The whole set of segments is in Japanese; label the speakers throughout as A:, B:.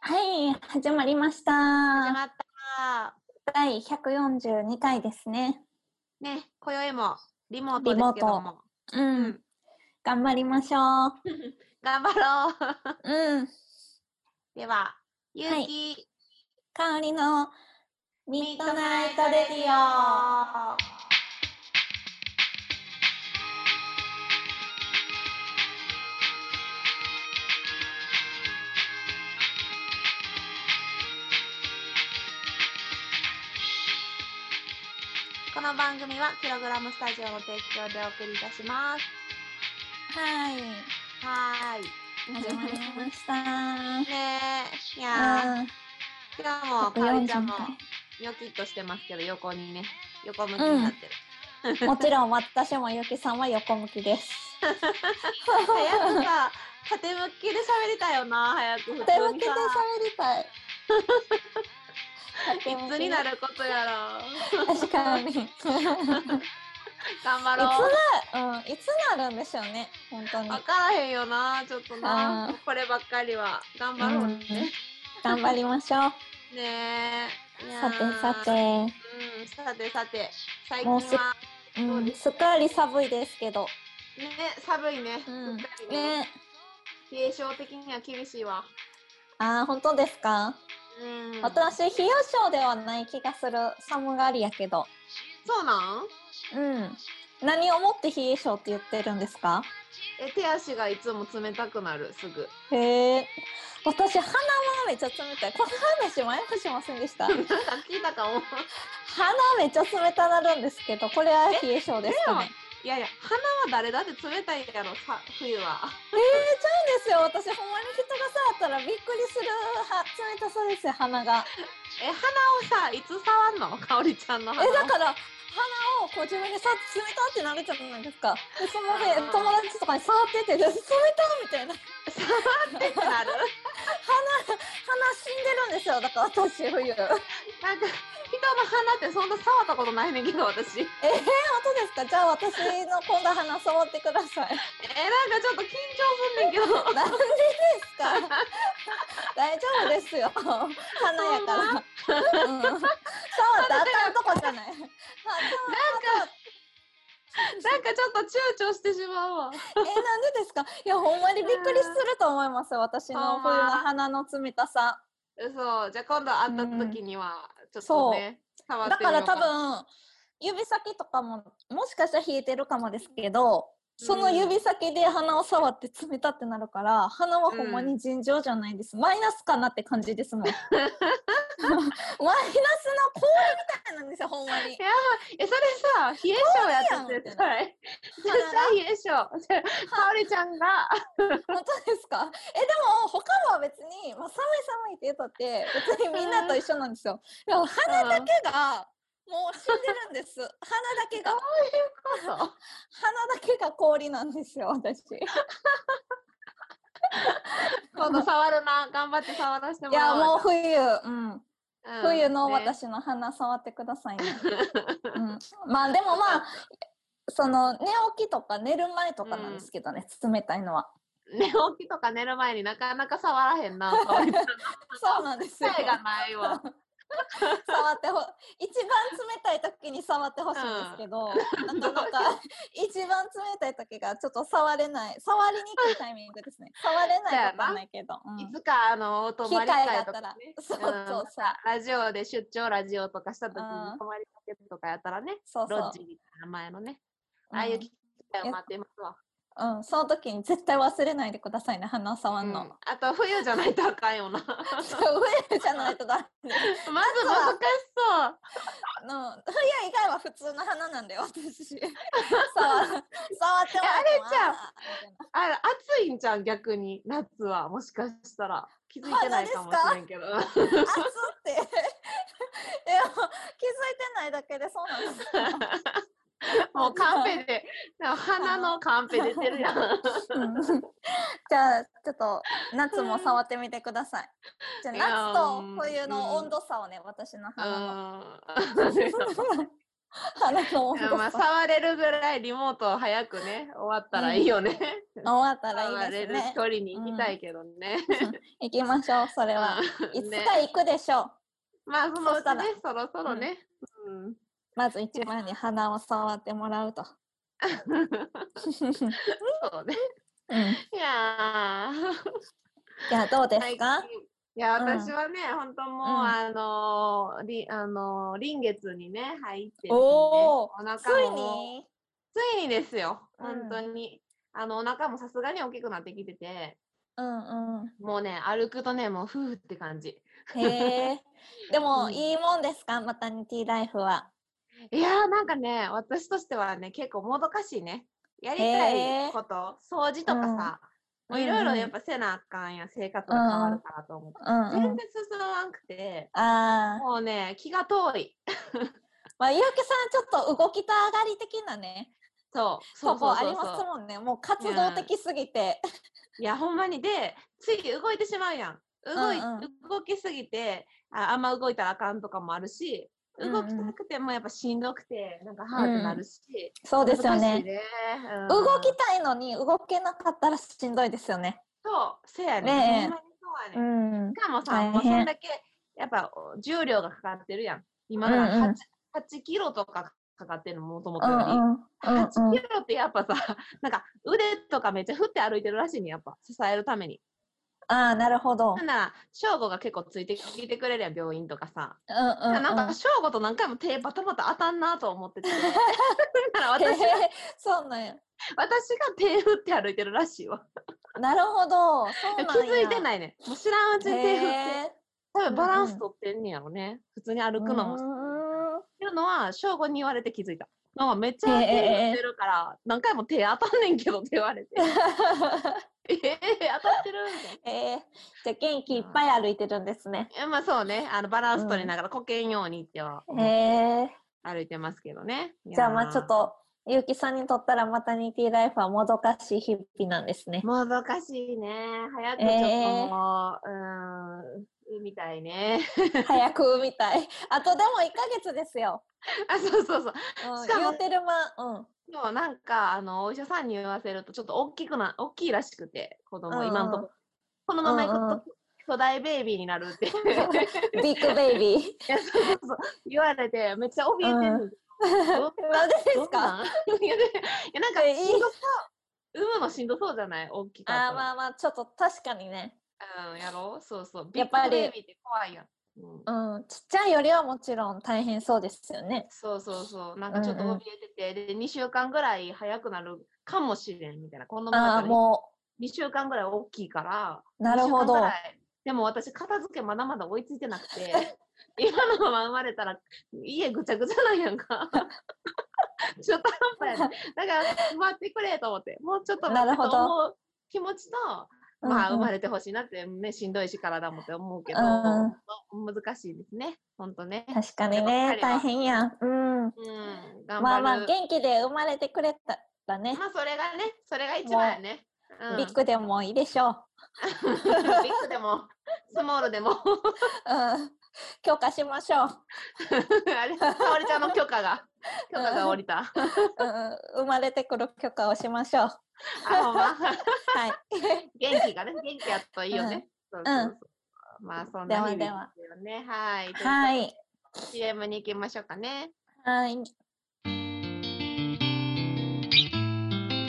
A: はい、始まりまし
B: 始
A: た。
B: まった。
A: 第142回ですね。
B: ね、今宵もリモートですけども。
A: う
B: うんん、
A: 頑張りましょう。
B: 頑張ろう。
A: うん、
B: では、ゆうき、
A: 香りのミッドナイトレディオ。
B: ィオ。この番組はキログラムスタジオの提供でお送りいたします。
A: はい、
B: はーい。
A: 始まりました。
B: ねえ、いや
A: あ
B: ー、今日
A: ー
B: もかおりちゃんも
A: 142
B: ニョキッとしてますけど、横にね、横向きになってる。
A: 回もちろん私もゆきさんは横向きです。
B: 早くさ、縦向きで喋りたいよな、早く普
A: 手分
B: 通
A: け
B: に
A: て
B: さ。
A: 喋り たい。
B: いつになることや ろ。
A: 確かに。いつ
B: 頑
A: な
B: 張ろう。、
A: うん、いつなるんでしょうね、本当に。
B: 分からへんよな、ちょっと
A: あ
B: な
A: ー。
B: こればっかりは。頑張ろうね。
A: 頑張りましょう。
B: ねえ。いや
A: さて
B: ー
A: さ。て、
B: うん、さてさて。最近
A: もうす
B: は、
A: う、
B: そうんです
A: すっかり寒いですけど、
B: ね、寒いね。
A: うん
B: すっかりね。
A: ね、
B: 冷え性的には厳しいわ。
A: あー本当ですか、
B: うん。
A: 私冷え性ではない気がする寒がりやけど、
B: そうなん
A: うん、何をもって冷え性って言ってるんですか
B: え手足がいつも冷たくなるす ぐ
A: へえ私鼻はめっちゃ冷たいこの話前もしませんでした
B: なんか聞いたかも
A: 鼻めっちゃ冷たなるんですけどこれは冷え性ですかね
B: いやいや鼻は誰だって冷たいやろさ冬は
A: えー、ちゃうんですよ私ほんまに人が触ったらびっくりするは冷たさですよ鼻が。
B: え鼻をさいつ触んのかおりちゃんの鼻
A: えだから鼻をこう自分でさ冷たってなるじゃないですかでその辺
B: あー
A: 友達とかに触っててで冷たみたいな
B: 触ってってなる
A: 鼻死んでるんですよだから私冬え本
B: なんか人の鼻ってそんな触ったことないねんけど私え
A: 当ですかじゃあ私の今度鼻触ってください
B: なんかちょっと緊張すんねんけど
A: なんでですか大丈夫ですよ鼻やから、うん、触ったらあかんとこじゃ ないなんか
B: なんかちょっと躊躇してしまうわ
A: えなんでですかいやほんまにびっくりすると思いますよ私の冬の鼻の冷たさ
B: そうじゃあ今度会った時にはちょっとね、触っ
A: だ
B: てみ
A: か
B: よ
A: ら多
B: う
A: 分指先とかももしかしたら冷えてるかもですけどその指先で鼻を触って冷たってなるから、鼻はほんまに尋常じゃないです、マイナスかなって感じ ですもんマイナスの氷みたいなんですよほんまに
B: え、それさ、冷え性やった絶対。絶対冷え 性。かおりちゃんが、
A: 本当ですかえでも他は別に、まあ、寒い寒いって言ったって別にみんなと一緒なんですよでも鼻
B: 鼻だ
A: だけがもう死んでるんです鼻だけ が
B: そういうこ
A: 鼻だけが氷なんですよ 私
B: と。今度触るな、頑張って触らせて
A: い
B: もら
A: や
B: おう。
A: もう冬、うん、
B: うん
A: 冬の。
B: ね
A: 私の鼻触ってください ね。うん、まあでもまあその寝起きとか寝る前とかなんですけどね、冷たいのは。
B: 寝起きとか寝る前になかなか触らへんな、かおりちゃん。
A: そうなんですよ。
B: 答えがないわ。
A: 触ってほ一番冷たい時に触ってほしいんですけど、なかなか一番冷たい時がちょっと触れない触りにくいタイミングですね。触れないことはないけど。うん
B: いつか、あの、お泊
A: 機会
B: まり
A: があ
B: 会
A: っ
B: と
A: た、
B: からね。
A: そうそうそう、
B: ラジオで出張ラジオとかした時に
A: うん
B: 泊まりかけとかやったらね、
A: そうそ
B: ロッ
A: う
B: ジ、みたいな名前のね、ああいう機会を待ってますわ。
A: うん、うん、その時に絶対忘れないでくださいね、鼻触
B: うん
A: の。
B: んあと冬じゃないとあか んよな。
A: そう冬じゃないとだメ。
B: まず難しそう。
A: の 冬以外は普通の花なんだよ私。 触触ってもら
B: あれ暑いんじゃん逆に夏はもしかしたら気づいてないかもしれんけど
A: えも暑って。い や気づいてないだけでそうなんですよ。
B: もうカンペででも鼻のカンペ出て るやん
A: うんじゃあちょっと夏も触ってみてください。じゃ
B: いや
A: あ夏と
B: うん
A: 冬の温度差をね私の鼻の。
B: うーん
A: 鼻の温
B: いやま
A: 度
B: あ、
A: 差
B: 触れるぐらいリモート早くね、終わったらいいよね。
A: 終わったら
B: 触
A: いいで
B: れ
A: す
B: る
A: ね
B: 距。離に行きたいけどね。
A: 行きましょう、それは。いつ
B: ね
A: か行くでしょう。
B: まあ、そのうち
A: そうだな
B: ね、そろそろね。うん。
A: まず一番に鼻を触ってもらうと。
B: そうね。
A: うん、い
B: いやー。
A: や、どうですか
B: 最近いや、
A: うん
B: 私はね、本当も
A: う
B: う、
A: ん
B: あのー、り、あのー、臨月にね、入って、ね、
A: お
B: お
A: お、
B: 腹も
A: ついに
B: ついにですよ。
A: うん
B: 本当に。あの、お腹もさすがに大きくなってきてて、
A: うんうん。
B: もうね、歩くとね、もう、夫婦って感じ。
A: へえ。でも、
B: う ん
A: いいもんですかマタニティライフは。
B: いやー、なんかね、私としてはね、結構もどかしいね。やりた
A: へ
B: い
A: ー
B: こと、掃除とかさ、
A: うん
B: もういろいろ
A: うん
B: やっぱせなあかんやん、生活が変わるからと思って。
A: うん、う
B: 全然
A: ん。
B: 進まんくて、
A: ああ。
B: もうね、気が遠い。
A: まあ、ゆうきさん、ちょっと動きたがり的なね、
B: そう、
A: そ
B: そうそう
A: こ
B: そう
A: あ
B: そう
A: りますもんね。もう活動的すぎて。
B: いや、ほんまに。で、つい動いてしまうやん。動い、
A: うんう
B: 動きすぎてあ、あんま動いたらあかんとかもあるし、動き
A: うんう
B: た
A: ん
B: くてもやっぱしんどくて、なんかハーってなるし。
A: そうですよ
B: 難しい
A: ね。
B: うん
A: 動きたいのに動けなかったらしんどいですよね。
B: そう、せやね。
A: ねえ
B: ほんまにそうやね。
A: うん。
B: しかもさ、
A: 大
B: もうそ
A: 変
B: んだけ、やっぱお重量がかかってるやん。今だから
A: うんうん
B: 8, 8キロとかかかってるの、もとも
A: う
B: と
A: ん
B: より。
A: うん。うん
B: 8
A: うん
B: キロってやっぱさ、 なんか腕とかめっちゃ振って歩いてるらしいね、やっぱ支えるために。
A: ああ、なるほど。
B: ほんなら、翔吾が結構つい てきてくれるやん、病院とかさ。
A: うんうんうん。
B: なんか翔吾と何回も手バタバタ当たんなと思っ てて。だから
A: へえ
B: 私が、
A: そうなんや。
B: 私が手振って歩いてるらしいわ。
A: なるほど。そうなん
B: 気
A: や
B: づいてないね。もう知らんうちに手振って。
A: へえ
B: 多分バランス取ってんねやろね。普通に歩くのも。
A: う
B: っていうのは、翔吾に言われて気づいた。なんかめっちゃ手振ってるから、何回も手当たんねんけどって言われて。 ええ当たってるみたいな。
A: ーん へえじゃあ元気いっぱい歩いてるんですね。
B: えまあそうね、あのバランス取りながらこけんようにっては
A: へえ
B: 歩いてますけどね。いやー
A: じゃあまあちょっ。と、ゆうきさんにとったらマタニティライフはもどかしい日々なんですね。
B: もどかしいね。早くちょっともう、うーん、みたいね。
A: 早く産みたい。あとでも1ヶ月ですよ。
B: あ、そうそうそう。
A: うん、
B: しかも
A: 言うてる間、うん。
B: そうなんか、あの、お医者さんに言わせると、ちょっと大きくな、大きいらしくて、子供、今のところ。このままいく
A: うんう
B: と
A: ん、
B: 巨大ベイビーになるって い
A: ビッグベイビー。
B: やそうそうそう言われて、めっちゃ怯えてる
A: うんん
B: の
A: なんでです
B: どん
A: か
B: なん いや、でいやなんか、
A: えいい
B: しんどそう。産むのしんどそうじゃない大きかったら
A: ああまあまあ、ちょっと確かにね。
B: うん、やろうそうそう。ビ
A: や
B: ッ
A: っぱ
B: グ
A: り
B: ベイビーって怖いやん。うん
A: うん。ちっちゃいよりはもちろん大変そうですよね。
B: そうそうそう。なんかちょっと
A: うんうん
B: 怯えてて、で、2週間ぐらい早くなるかもしれんみたいな。この
A: ああ、
B: まま
A: も
B: 2週間ぐらい大きいから。
A: う、なるほど
B: 2週間ぐ。らいでも私、片付けまだまだ追いついてなく て、今のまま生まれたら家ぐちゃぐちゃなんや んか。ちょっと半端やね。だから、待ってくれと思って、もうちょっと待
A: な
B: っ
A: る
B: て
A: ほど
B: と思う気持ちと、まあ、
A: うんう
B: 生
A: ん
B: まれてほしいなって、ね、しんどいし体もって思うけど、
A: うん
B: 難しいですね。ほんとね。
A: 確かに
B: これば
A: ね、
B: っかりは
A: 大変やん。うん。
B: うん、頑張る。
A: まあまあ、元気で生まれてくれたらね、
B: まあそれがね、それが一番やね。うん
A: ビッグでもいいでしょう。
B: ビッグでも、スモールでも。
A: うん。許可しましょう。
B: あれ、かおりちゃんの許可が、許可が下りた。
A: うんうん、生まれてくる許可をしましょう。
B: あ、ほんま。
A: はい。
B: 元気がね、元気やといいよね。そうそうそうまあ、そんな日々で
A: ですは
B: よね。はい。。
A: はいい。
B: CM に行きましょうかね。
A: はい。
C: ミッドナイトレディ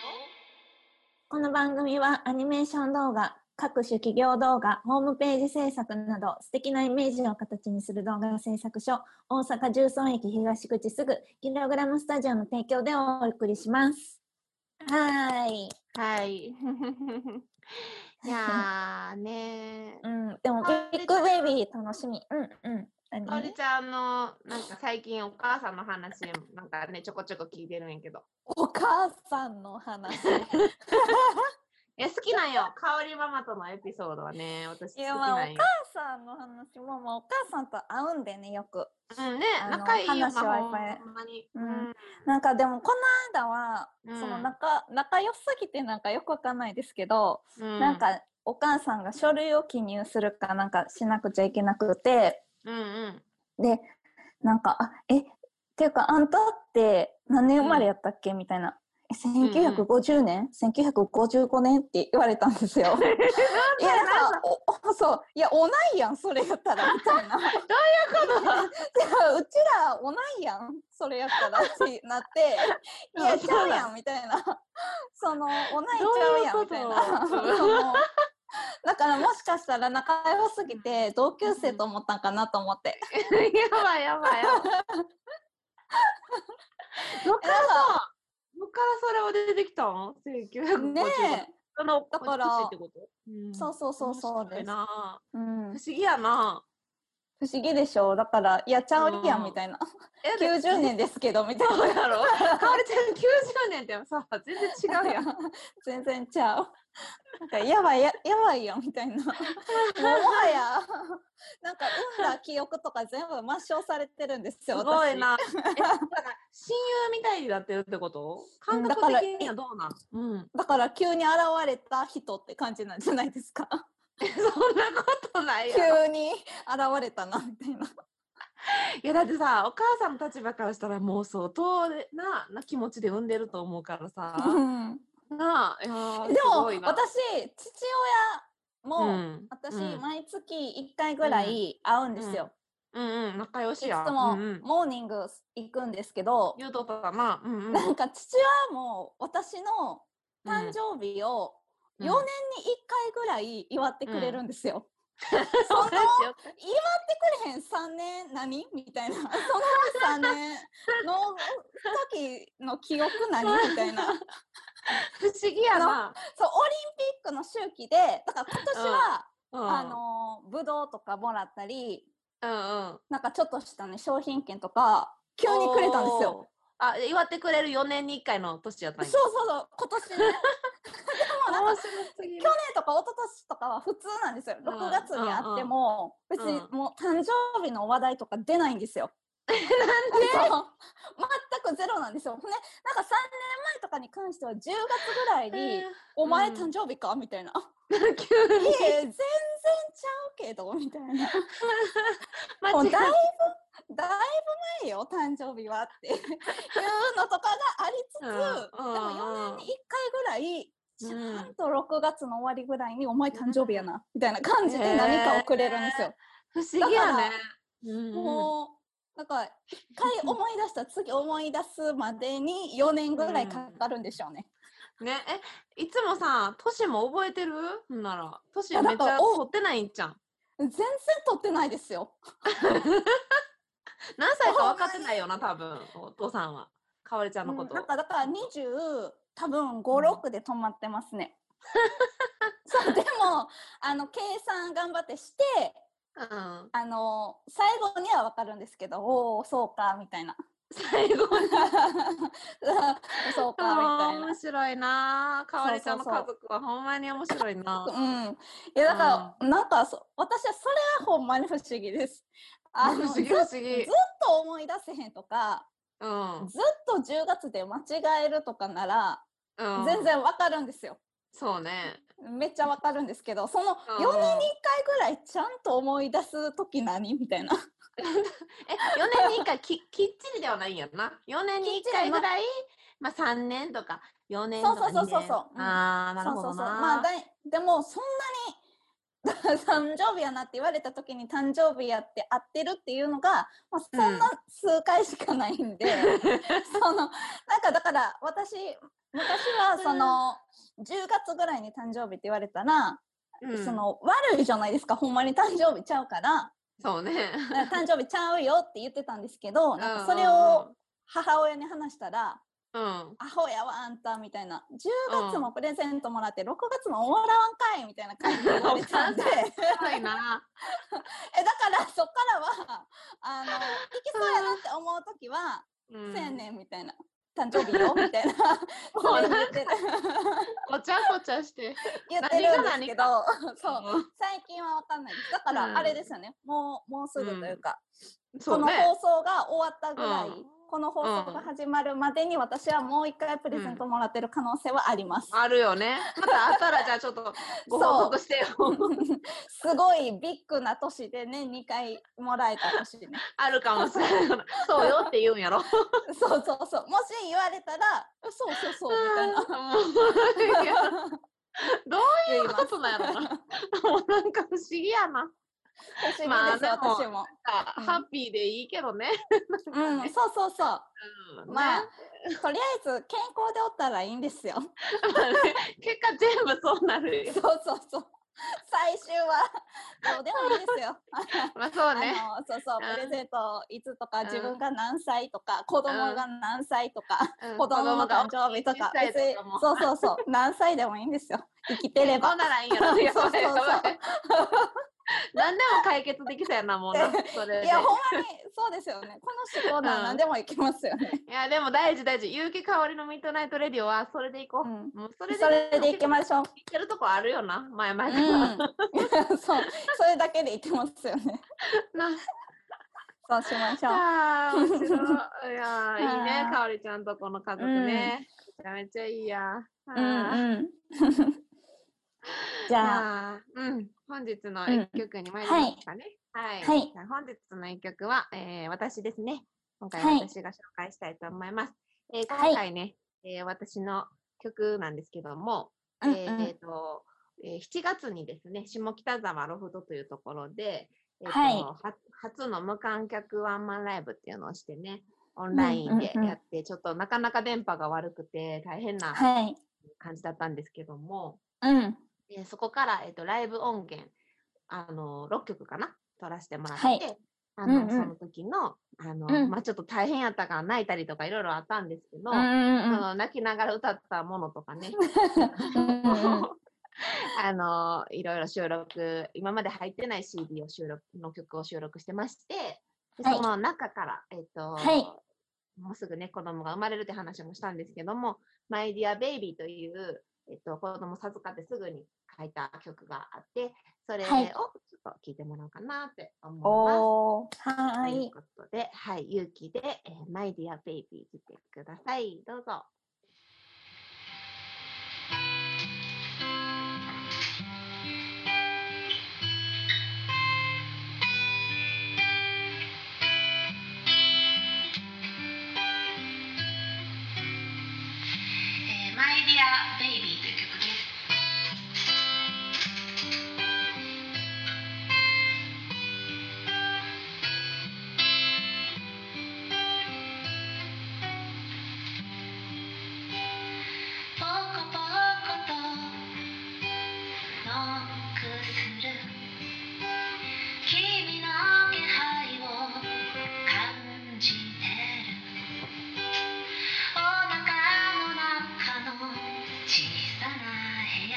C: オ
A: この番組はアニメーション動画、各種企業動画、ホームページ制作など素敵なイメージを形にする動画制作所、大阪十三駅東口すぐ、キログラムスタジオの提供でお送りします。はい。
B: はい。いやーね
A: うん、でも、ビッグベイビー楽しみ。うんうん。
B: ー。かおり
A: 何
B: ちゃんの、なんか最近お母さんの話、なんかね、ちょこちょこ聞いてるんやけど。
A: お母さんの話。
B: え、好きなんよ。かおりママとのエピソードはね、私好き
A: いやまあ
B: なんよ。
A: お母さんの話も、まあ、お母さんと会うんでねよく
B: うんね、
A: あの
B: 仲いいよな、
A: 話はや
B: ほ
A: っ
B: ん
A: ぱり
B: まに。
A: う
B: うんん。
A: なんかでもこの間は、
B: うん
A: その仲仲良すぎてなんかよくわかんないですけど、
B: うん
A: なん、かお母さんが書類を記入するかなんかしなくちゃいけなくて
B: うんうん。
A: でなんか、あえ、っていうか、あんたって何年生まれやったっけみたいな。え1950年、?1955 年って言われたんですよ。いや、なんか、お おそう、いや、おないやん、それやったら、みたいな。どういうこと うちら、おないやん、それやったら、ってなって、 い
B: あ
A: や、
B: そう
A: ちゃう
B: なん
A: やん、みたいな。 その、おないちゃうやん、みたいな。
B: どういうこと
A: そのだから、もしかしたら仲良すぎて、同級生と思ったんかなと思って。
B: やばいやば いやばい。どっからさ、どっからそれは出てきたん ?1950
A: ねえ。
B: その
A: だから
B: こっちってこと、うん
A: そうそうそうそうで
B: 面白い
A: す。
B: な
A: うん
B: 不、思議やな。
A: 不思議でしょうだから「いやちゃうりや
B: うん
A: ん」みたい な「
B: えで
A: 90年ですけど」みたい
B: そう
A: な
B: やろ。かおりちゃん90年ってさ、全然違うやん。
A: 全然ちゃうなんかやばいややばいよみたいなもうもはやなんか産んだ記憶とか全部抹消されてるんです
B: す
A: よ
B: ごい
A: 私
B: な。えだから親友みたいになってるってこと感
A: だから
B: 覚的にはどうなんうん。
A: だから急に現れた人って感じなんじゃないですか
B: そんなことないやろ。
A: 急に現れたなみたいない
B: やだってさ、お母さんの立場からしたらもう相当なな気持ちで産んでると思うから さ。
A: うん
B: なあ、いやー
A: ですも
B: ご
A: 私
B: いな
A: 父親も、
B: うん、
A: 私、
B: うん、
A: 毎月1回ぐらい会うんですよ、
B: うんうん、仲良
A: い
B: しや。
A: つも
B: うんうん、
A: モーニング行くんですけど、
B: 言うとったかな。うんうん。
A: なんか父親も私の誕生日を4
B: う
A: 年に
B: ん
A: 1回ぐらい祝ってくれるんです よ。
B: そうです
A: 祝っ
B: よ。
A: てくれへん3年何みたいな。その3年の時の記憶何みたいな。そう、オリン
B: 不思議やな。
A: ピックの周期で、だから今年は、
B: うん
A: あ、の、ぶどうとかもらったり、
B: うんうん。
A: なんかちょっとしたね、商品券とか、急にくれたんですよ。
B: おー。あ、祝ってくれる4年に1回の年やった
A: そ
B: ん
A: う
B: や。
A: そうそう、今年 ね。でもなんか
B: 面白すぎる
A: 去年とか一昨年とかは普通なんですよ。
B: うん
A: 6月にあっても、
B: んうん
A: 別にもう誕生日の話題とか出ないんですよ。 なん で全くゼロなんですよ。ね、なんか3年前とかに関しては10月ぐらい に、お前
B: うん
A: 誕生日かみたいな。 い
B: えー急
A: え、全
B: に
A: 然ちゃうけど、みたいな。も
B: 間
A: う
B: 違
A: だい
B: え
A: ぶ、だいぶ前よ、誕生日はっていうのとかがありつつ、
B: うん
A: で
B: うん
A: も4年に1回ぐらい、ち
B: うん
A: ゃんと6月の終わりぐらいに、お前誕生日やな、みたいな感じで何かをくれるんですよ。
B: 不思議や
A: だ
B: ね
A: か。
B: うんうん
A: もう、なんか、一回思い出したら次思い出すまでに4年ぐらいかかるんでしょうね。
B: ね、え、いつもさ、年も覚えてるほんなら。年
A: や
B: めっち
A: だか
B: ゃ
A: らお
B: 取ってないんじゃん。
A: 全然取ってないですよ。
B: 何歳か分かってないよな、多分。お父さんは。かわりちゃんのこ
A: うん
B: と。
A: なんかだから20多分56で止まってますね。 そうでもあの計算頑張ってして
B: うん。
A: あの最後には分かるんですけどおおそうかみたいな
B: 最後に。
A: そうか
B: あー
A: み
B: 面白いなぁ。かわりちゃんの
A: そうそ
B: 家
A: う
B: 族はほんまに面白いな
A: た
B: ぁ。
A: いな。うん、いやだからなんかそ私はそれはほんまに不思議です。あ
B: 不
A: の
B: 思議
A: ず
B: 不
A: っ
B: 思議。
A: と思い出せへんとか
B: うん
A: ずっと10月で間違えるとかなら
B: うん。
A: 全。然分かるんですよ。
B: そうね。
A: めっちゃわかるんですけどその
B: うん
A: 4年に1回ぐらいちゃんと思い出す時何みたいな
B: え、4年に1回ききっちりではないんやろな。4年に1回ぐらい、まあ3年とか4年とか2年。
A: そうそうそうそううん
B: あー、なるほ
A: そうそう
B: ど
A: そう
B: な。
A: まあだいでもそんなに 誕生日やなって言われた時に誕生日やって合ってるっていうのが、まあ、そんな数回しかない んで、そのなんかだから私昔はその10月ぐらいに誕生日って言われたら、
B: うん
A: そ、の悪いじゃないですかほんまに誕生日ちゃうから
B: そう ね。
A: だから誕生日ちゃうよって言ってたんですけどなんかそれ
B: うんうん
A: を母親に話したら
B: うん。うん
A: 「アホやわあんた」みたいな「10月もプレゼントもらって6月も終わらんかい」みたいな感じで言われたんで
B: お
A: え
B: 母
A: だ
B: すごいな。
A: からそっからはあの行きそうやなって思う時は「
B: うん
A: せやねん」みたいな「誕生日よ」みた いなそれ言ってる
B: ごちゃごちゃして。
A: 言ってるんですけど
B: 何
A: そう最近は分かんないですだか
B: うん
A: らあれですよねもうもうすぐというか、
B: そう
A: この
B: ね。
A: 放送が終わったぐらい、
B: うん
A: この放送が始まるまでに私はもう一回プレゼントもらってる可能性はあります。
B: あるよね。またあったら、じゃあちょっとご報告してよ。
A: すごいビッグな年でね、2回もらえた年 ね。
B: あるかもしれないから。そうよって言うんやろ。
A: そうそうそう。もし言われたら、そうそうそう、みたいな。
B: もういやどういう
A: 言います
B: ことなんやろな。もうなんか不思議やな。
A: 不思
B: ま
A: 議で
B: あ
A: す、
B: でも
A: 私も。
B: あ
A: うん
B: ハッピーでいいけどね。
A: うん、そうそうそう。
B: うん
A: まあ
B: ね、
A: とりあえず健康でおったらいいんですよ。
B: まあね 結果全部そうなる よ
A: そう。そうそう。最終はどうでもいいですよ。
B: まあそうね。
A: あのそうそう、
B: うん
A: プレゼントいつとか、
B: うん
A: 自分が何歳とか、子供が何歳とか、
B: うん
A: 子供の誕生日とか
B: 小、さい
A: 別に
B: とかも、
A: そうそうそう、何歳でもいいんですよ。生きてれ
B: こ
A: ば
B: ん。ならいいんや
A: そ
B: ろ。
A: う
B: やばい
A: そう
B: や
A: そう
B: ばい。何でも解決できたやな、もうな。それで
A: いや、ほんまに、そうですよね。この仕事
B: う
A: は
B: ん
A: 何でもいけますよね。
B: いや、でも大事大事。結城かおりのミッドナイトレディオはそれでいこ
A: う
B: う。
A: ん
B: もうそれで
A: それでいき
B: い
A: ましょう。
B: けるとこあるよな、前々
A: う
B: から。
A: ん、 そう、それだけでいけますよね。
B: な
A: そうしましょう。
B: あー面白い。いやー、い いね
A: あ、ー
B: かおりちゃんとこの家族ね。めちゃめちゃいいや。あ
A: うんう
B: ー
A: ん。じ
B: い
A: ゃあ、
B: やーうん、本日の
A: うん
B: 一曲に参りますかね。はい。
A: はい
B: じゃあ本日の一曲は、えー私ですね。今回
A: はい
B: 私が紹介したいと思います。えー
A: はい
B: 今回ね、えー私の曲なんですけども、え
A: うん
B: ー
A: うん
B: えーとえー7月にですね、下北沢ロフトというところで、えーと
A: はい
B: は初の無観客ワンマンライブっていうのをしてね、オンラインで
A: うんうんうん
B: やって、ちょっとなかなか電波が悪くて大変な
A: はい。
B: 感じだったんですけども、
A: うん。
B: えーそこから、えー、とライブ音源、あの6曲かな撮らせてもらって、
A: はい
B: あの
A: うんうん
B: その時のあの、
A: うん
B: まあ、ちょっと大変やったから泣いたりとかいろいろあったんですけど、
A: うん
B: あ
A: うんうん
B: の泣きながら歌ったものとかね
A: うんうん。
B: あのいろいろ収録今まで入ってない CD を収録の曲を収録してましてで
A: はい
B: その中から、えっ、と、
A: はい
B: もうすぐね子供が生まれるって話もしたんですけども「マイ・ディア・ベイビー」という、えっと子供授かってすぐに書いた曲があってそれをちょ
A: はい
B: っと聴いてもらおうかなって思います。
A: おー、は
B: と
A: ー
B: いう
A: い。
B: ことで、はい、勇気で、えー、マイディアベイビー来てください。どうぞ。
C: えー、マイディアベイビーという曲です。ポコポコとノックする君の気配を感じてるお腹の中の小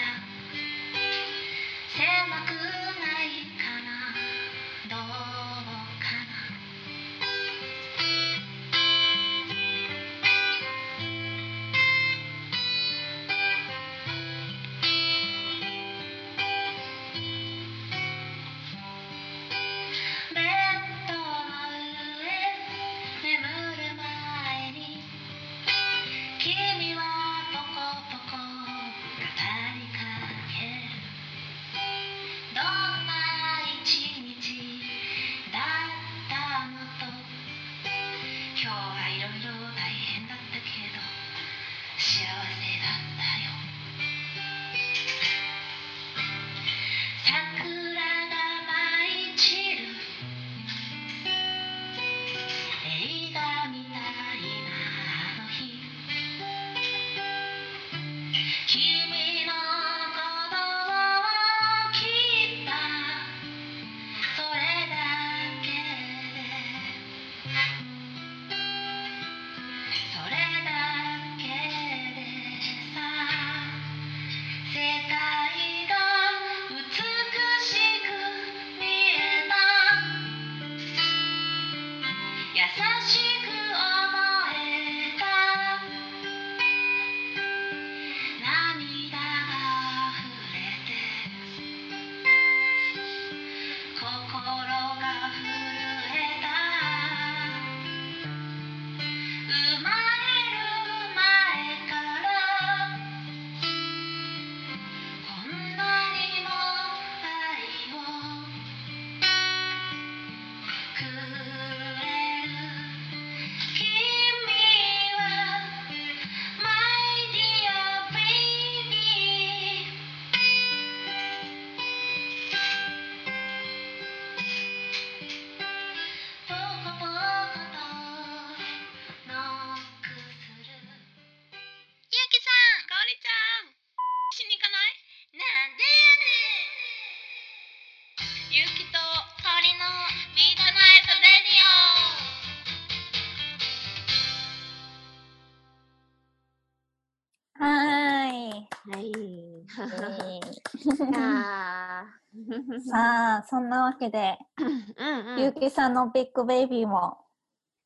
B: はい。
A: さあ、そんなわけで、
B: うんう。
A: ゆうんきさんのビッグベイビーも、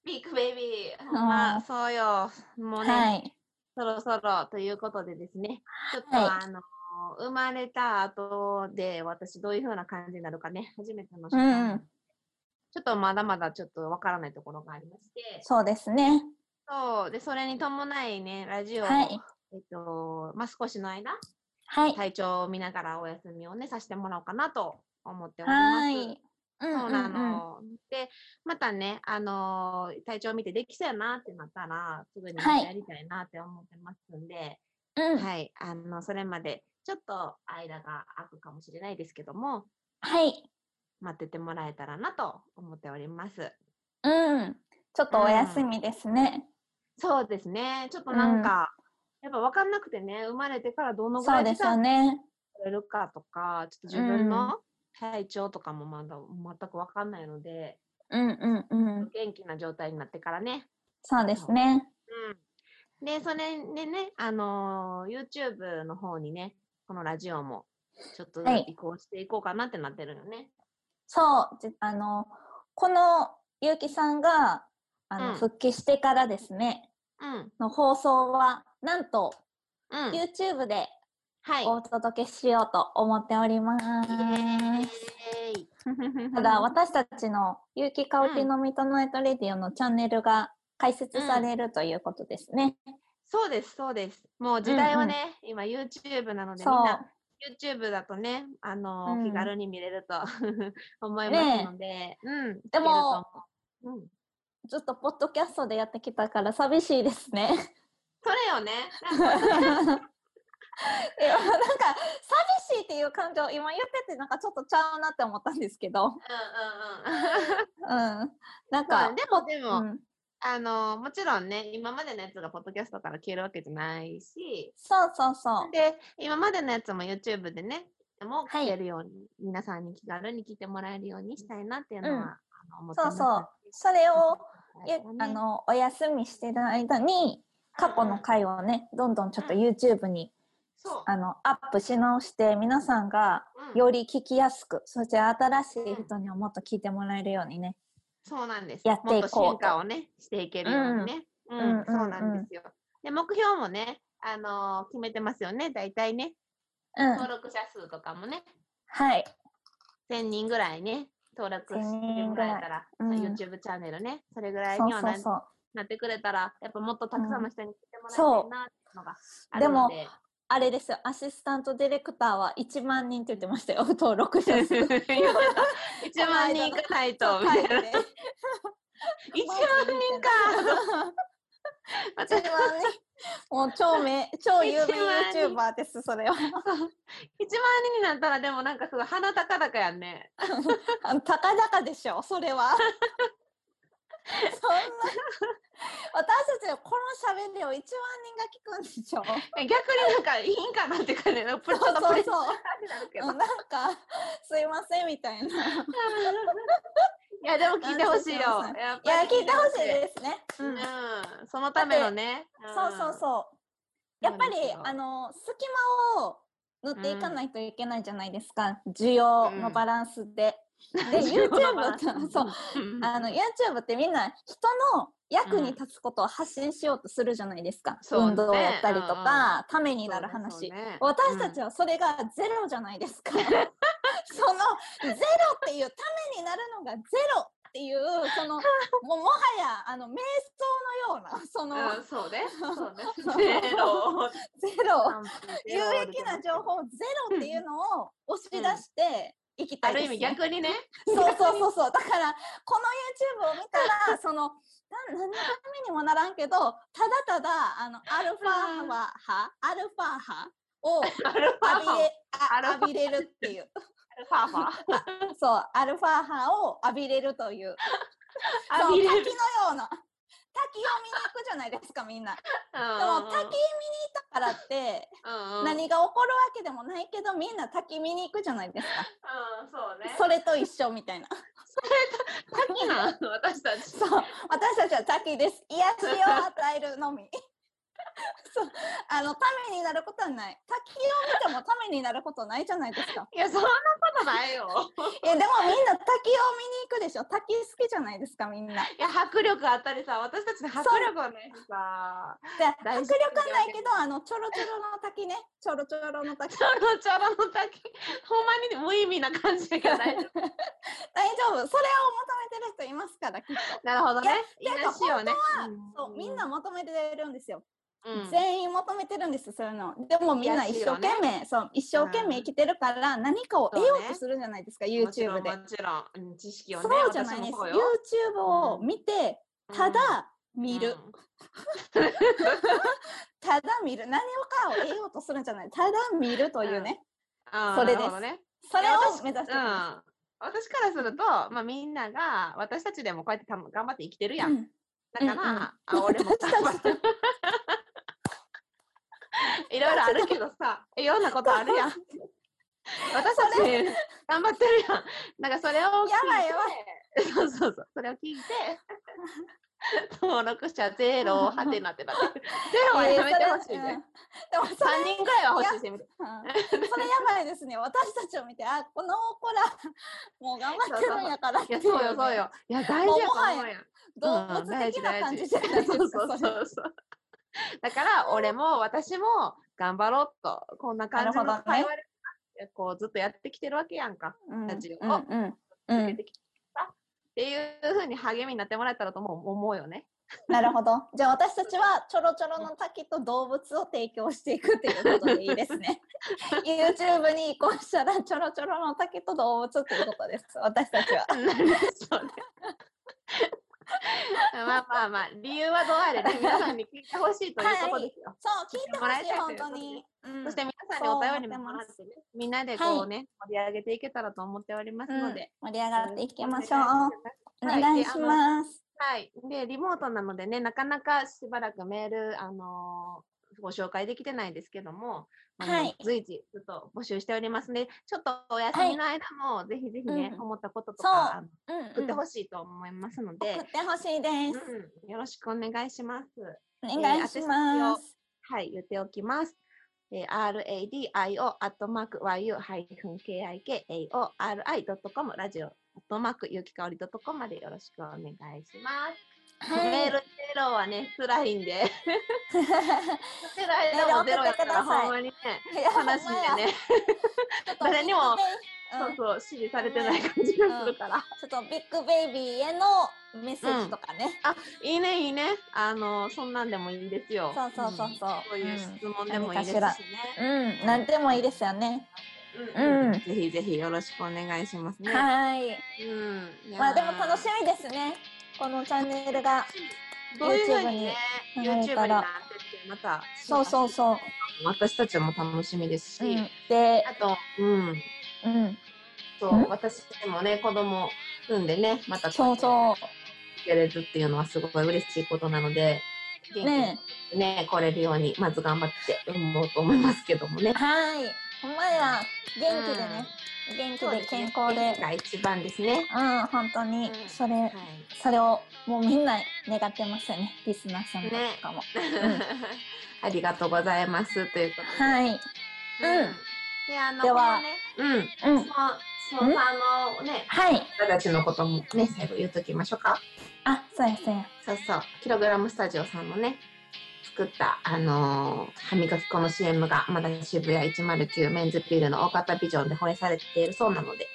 B: ビッグベイビー。ほんま、そうよ。もうね、
A: はい。
B: そろそろということでですね。ちょっと、
A: はい
B: あの、生まれた後で私どういう風な感じになるかね、初めての
A: う
B: 人
A: んうん、
B: ちょっとまだまだちょっとわからないところがありまして、
A: そうですね。
B: そう、で、それに伴いね、ラジオを、
A: はい。
B: えっと、まあ、少しの間、
A: はい。
B: 体調を見ながらお休みをね、させてもらおうかなと思っております。
A: はい。うん
B: そうな
A: うんうん
B: の。で、またね、あのー体調を見てできそうやなってなったら、すぐに
A: はい
B: やりたいなって思ってますんで、
A: う
B: は
A: ん
B: い、あの、それまで、ちょっと間が空くかもしれないですけども、
A: はい。
B: 待っててもらえたらなと思っております。
A: うん。ちょっとお休みですね。
B: そうですね、ちょっとなんか、やっぱ分かんなくてね、生まれてからどのぐ
A: そ
B: ら
A: う
B: い
A: で
B: 時
A: すよ
B: 間
A: ね。
B: 取れるかとか、ちょっと自
A: う
B: 分
A: ん
B: の体調とかもまだ全く分かんないので、
A: うんうんうん。
B: 元気な状態になってからね、
A: そうですね。
B: うんで、それでね、あのー YouTube の方にね、このラジオもちょっと
A: はい
B: 移行していこうかなってなってるよね。
A: そう、じあの、このゆうきさんが、あの、
B: うん
A: 復帰してからですね、
B: うん、
A: の放送は、なんと、
B: うん。
A: YouTube で
B: はい。
A: お届けしようと思っております。
B: イエーイ
A: ただ、私たちのゆうきかおりのミッドナイトレディオのチャンネルが開設されるということですね。
B: そうです、そうです。もう時代はね、今 YouTube なので、みん
A: そう。
B: な YouTube だとね、あのー
A: うん
B: 気軽に見れると思いますので、うん。
A: でも
B: いけると思う、うん。
A: ずっとポッドキャストでやってきたから寂しいですね。
B: それよね。
A: いやなんか寂しいっていう感情今言っててなんかちょっとちゃうなって思ったんですけど、うん、
B: うんうんうん。
A: なん
B: そ
A: か
B: うでも、でも、
A: うん、
B: あのもちろんね、今までのやつがポッドキャストから消えるわけじゃないし、
A: そうそうそう
B: で、今までのやつも YouTube でね、もう
A: はい
B: 聞けるように、皆さんに気軽に聞いてもらえるようにしたいなっていうのは、
A: うん
B: あの思ってます。
A: そうそうそれを、ゆ
B: そうだ
A: あ
B: ね、
A: のお休みしてる間に過去の回をねどんどんちょっと YouTube に
B: そう、
A: あのアップし直して皆さんが
B: うん
A: より聞きやすくそして新しい人にはもっと聞いてもらえるようにね
B: そうなんです。
A: やっていこう
B: もっと進化をね、していけるようにね。うん、
A: んうんうん
B: そうなんですよ。で、目標もね、あの決めてますよね、大体ね、
A: うん
B: 登録者数とかもね、
A: はい
B: 1000人ぐらいね、登録してもらえたら、
A: 1000人ぐらいうん
B: YouTube チャンネルね、それぐらい
A: そう
B: には
A: そ
B: な
A: うそう
B: なってくれたら、やっぱもっとたくさんの人に来てもらいた
A: そう
B: いなっていうのがあ
A: で
B: るの
A: も
B: で。
A: あれですよ、アシスタントディレクターは1万人って言ってましたよ、 登録者
B: 言っ
A: 数。
B: てた1万人いかないと、みたいな。1万
A: 1
B: 人か
A: 万
B: 私
A: 人。もう超名、超有名
B: 1万人
A: YouTuber です、そ れは。
B: 1万人になったら、でもなんかすごい鼻高々やんね。
A: あの高々でしょ、それは。そんな、私たちのこの喋りを1万人が聞くんでしょ。
B: 逆になんかいいんかなって感じの、プロ
A: そう
B: のプ
A: そう
B: レッシャ
A: そう。
B: ーになるけど
A: なん。か、すいませんみたいな。い
B: いや、でも聞いてほしいよ。
A: なん
B: やっ
A: や、
B: ぱり
A: 聞いてほしいですね。
B: う
A: うん
B: ん、そのためのね。
A: そうそうそう。やっぱり、あの、隙間を塗っていかないといけないじゃないですか。需要のバランスで。 で、YouTube と、そう、
B: う
A: あの、YouTube ってみんな人の役に立つことを発信しようとするじゃないですか。
B: そうね
A: 運動をやったりと
B: うん
A: か、ためになる
B: そうね
A: 話。
B: そうね
A: 私たちはそれがゼロじゃないです か。そのゼロっていうためになるのがゼロっていうそのもうもはやあの瞑想のようなその
B: うんうんそうね。そうね
A: そう
B: ゼロ。
A: ゼロ 有
B: ゼロ
A: 益な情報ゼロっていうのを押し出していきた
B: あ
A: いで
B: る
A: す、ね
B: 意味逆にね。
A: そうそうそうそうだからこの YouTube を見たらその な何のためにもならんけどただただあのアルファは派アルファ派を浴
B: アルファ
A: びれ
B: アル
A: あ
B: ファ
A: 浴びれるっていう
B: ハファ
A: そうアルファ派を浴びれるという
B: ハ
A: そう
B: 浴びれ
A: 滝のよう
B: る。
A: な滝を見に行くじゃないですかみんな。
B: で
A: でも滝見に行ったからって
B: 何
A: 何が起こるわけでもないけどみんな滝見に行くじゃないですか
B: そう ね。
A: それと一緒みたいな
B: 滝なの私たち。
A: そう私たちは滝です癒しを与えるのみあの、ためになることはない。滝を見てもためになることないじゃないですか。
B: いや、そんなことないよ。
A: いや、でもみんな滝を見に行くでしょ。滝好きじゃないですか、みんな。
B: いや、迫力あったりさ、私たちの迫力はないしさ。
A: で
B: 大
A: 迫
B: 事
A: 力はないけど、あの、ちょろちょろの滝ね。ちょろちょろの滝。
B: ちょろちょろの滝、ほんまに無意味な感じがない。
A: 大丈夫。それを求めてる人いますから、きっ
B: なるほどね。い
A: や
B: いらしいよね。
A: と。そう、みんな求めてるんですよ。
B: うん
A: 全員求めてるんです、そういうの。でもみんな一生懸命、そう、一生懸命生きてるから、何かを得ようとするじゃないですか、YouTube で。
B: もちろんもちろん、うん、知識をね
A: そうじゃないです。
B: 私もそうよ
A: YouTube を見て、ただ見る。ただ見る。何をかを得ようとするんじゃ ない。ただ見るというね。
B: うん、
A: それです
B: なるほどね、
A: それ
B: いや私
A: を目指して
B: うん
A: ま
B: 私からすると、まあ、みんなが私たちでもこうやってた頑張って生きてる
A: す。
B: や、
A: うんん
B: だから、
A: うんうん
B: あ俺も頑 張って いろいろあるけどさいろんなことあるやん私たち頑張ってるやんなんかそれを聞いて
A: やばいやばい
B: そうそうそうそれを聞いて登録者ゼロはてなって なってるゼロはやめてほし
A: えーそ
B: い
A: れうん
B: ね、
A: でもそれ
B: 三3人ぐらいは欲しいし
A: うんそれやばいですね。私たちを見て、あ、この子ら、もう頑張ってるんやからって
B: い
A: いうね、
B: や、そうよ、そうよ。いや、大
A: もう
B: 事やと
A: もはや
B: 思うやん。
A: 動物的な感じじゃないですか。
B: そうそう
A: それ
B: そうそう。だから、俺も私も頑張ろうと、こんな感じの
A: なるほどね
B: 会話でさこうずっとやってきてるわけやんか。
A: うん
B: たちを
A: うんうんう
B: 続け
A: ん、
B: てきてさっていうふうに励みになってもらえたらとも思うよね。
A: なるほど。じゃあ私たちはちょろちょろの滝と動物を提供していくっていうことでいいです ね。YouTube に移行したらちょろちょろの滝と動物っていうことです。私たちは。
B: なるほどね まあまあまあ、理由はどう あれね、皆さんに聞いてほしいということですよ。
A: そう、聞いてほしい、本当
B: 聞い
A: に。うん
B: そして皆さんに
A: そう
B: お便りもも
A: 思
B: ら
A: っ
B: っててね、みんなでこうね、盛り上げていけたらと思っております
A: うん
B: ので。
A: 盛り上がっていきましょう。お
B: お
A: 願
B: 願いします
A: いします。
B: はい。で、リモートなのでね、なかなかしばらくメール、あのーご紹介できてないんですけども、あの
A: はい
B: 随時ずっと募集しておりますね。ちょっとお休みの間も、ぜひぜひね、
A: うん
B: 思ったことと
A: そう
B: か、あの
A: うんうん
B: 送って
A: 送
B: ほしいと思いますので
A: っ、てほしいです。
B: うんよろしくお願いします。
A: お願いします。
B: はい、言っておきます。えー radio.yu-kikori.com ラジオ .mark ゆきかおり .com までよろしくお願いします。メールゼロはね、辛いんで。辛いのもゼロやから、ほんまにね、
A: いや
B: 悲しいんでね。誰にもそう
A: ち
B: そう、支持されてない感じがするから。
A: ょっとビッグベイビーへのメッセージとかね。
B: いいね、いいね。あの、そんなんでもいいんですよ。
A: そうそうそうそう
B: こういう質問でもいいですし
A: うん何か
B: ね
A: し。うん、なんでもいいですよね。
B: うん
A: うん
B: ぜひぜひよろしくお願いしますね。
A: はい。
B: うん。
A: まあでも楽し
B: い
A: みですね。このチャンネルが。
B: やー。そういうふうにね、
A: YouTube に
B: YouTube
A: 流れ
B: に
A: た
B: な
A: ら
B: ってって、また、
A: そうそうそう。
B: 私たちも楽しみです
A: う
B: し、
A: ん、で、
B: あと、うん、
A: うん、
B: そうう、
A: ん
B: 私もね、子供産んでね、また
A: そうそ
B: 続けれるっていうのはすごい嬉しいことなので、
A: う。
B: 元気
A: ね
B: にね、来れるように、まず頑張って産もうと思いますけどもね
A: え。。はい。ほんまや。元気でね。元
B: そう
A: 気で
B: ですね
A: 健康で。
B: が一番ですね。
A: うん、本当に
B: う。ん
A: それ、それをもうみんな願ってますよね。リスナーさんとかも。ん
B: ありがとうございますということで。
A: はい。うん
B: で、あの、
A: では
B: このね、
A: う
B: うん、
A: ん
B: そ。の、そのさんのね、
A: はい。
B: 方たちのこともね、最後言っときましょうか。
A: あ、そうやそうや。
B: そうそう、キログラムスタジオさんのね、作った、あのー歯磨き粉の CM が、まだ渋谷109メンズビルの大方ビジョンで放映されているそうなので、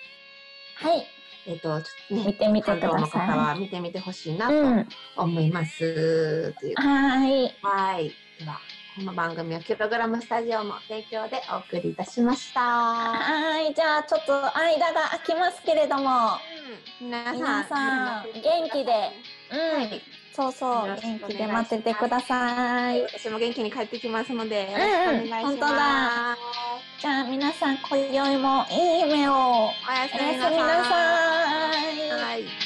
A: はい。
B: えっ、と、ちょっと
A: 見
B: ね、
A: てみて
B: 関
A: く
B: 東
A: だ
B: の方
A: さ。
B: は見てみてほしいない
A: う
B: と
A: ん。
B: 思います。という
A: はい。
B: はい。では、この番組はキログラムスタジオの提供でお送りいたしました。
A: はい、じゃあちょっと間が空きますけれども、
B: 皆さん、
A: 皆さん
B: 元
A: 元気
B: 気
A: で
B: で、
A: うん、そうそう、
B: よろしくお願い
A: 元気で待っててください。
B: 私も元気に帰ってきますので、よろしくお願いします。
A: うんうんじゃあ皆さん、今宵もいい夢を。
B: おやす
A: おやすみ
B: み
A: なさ
B: なさ
A: い。
B: い。はい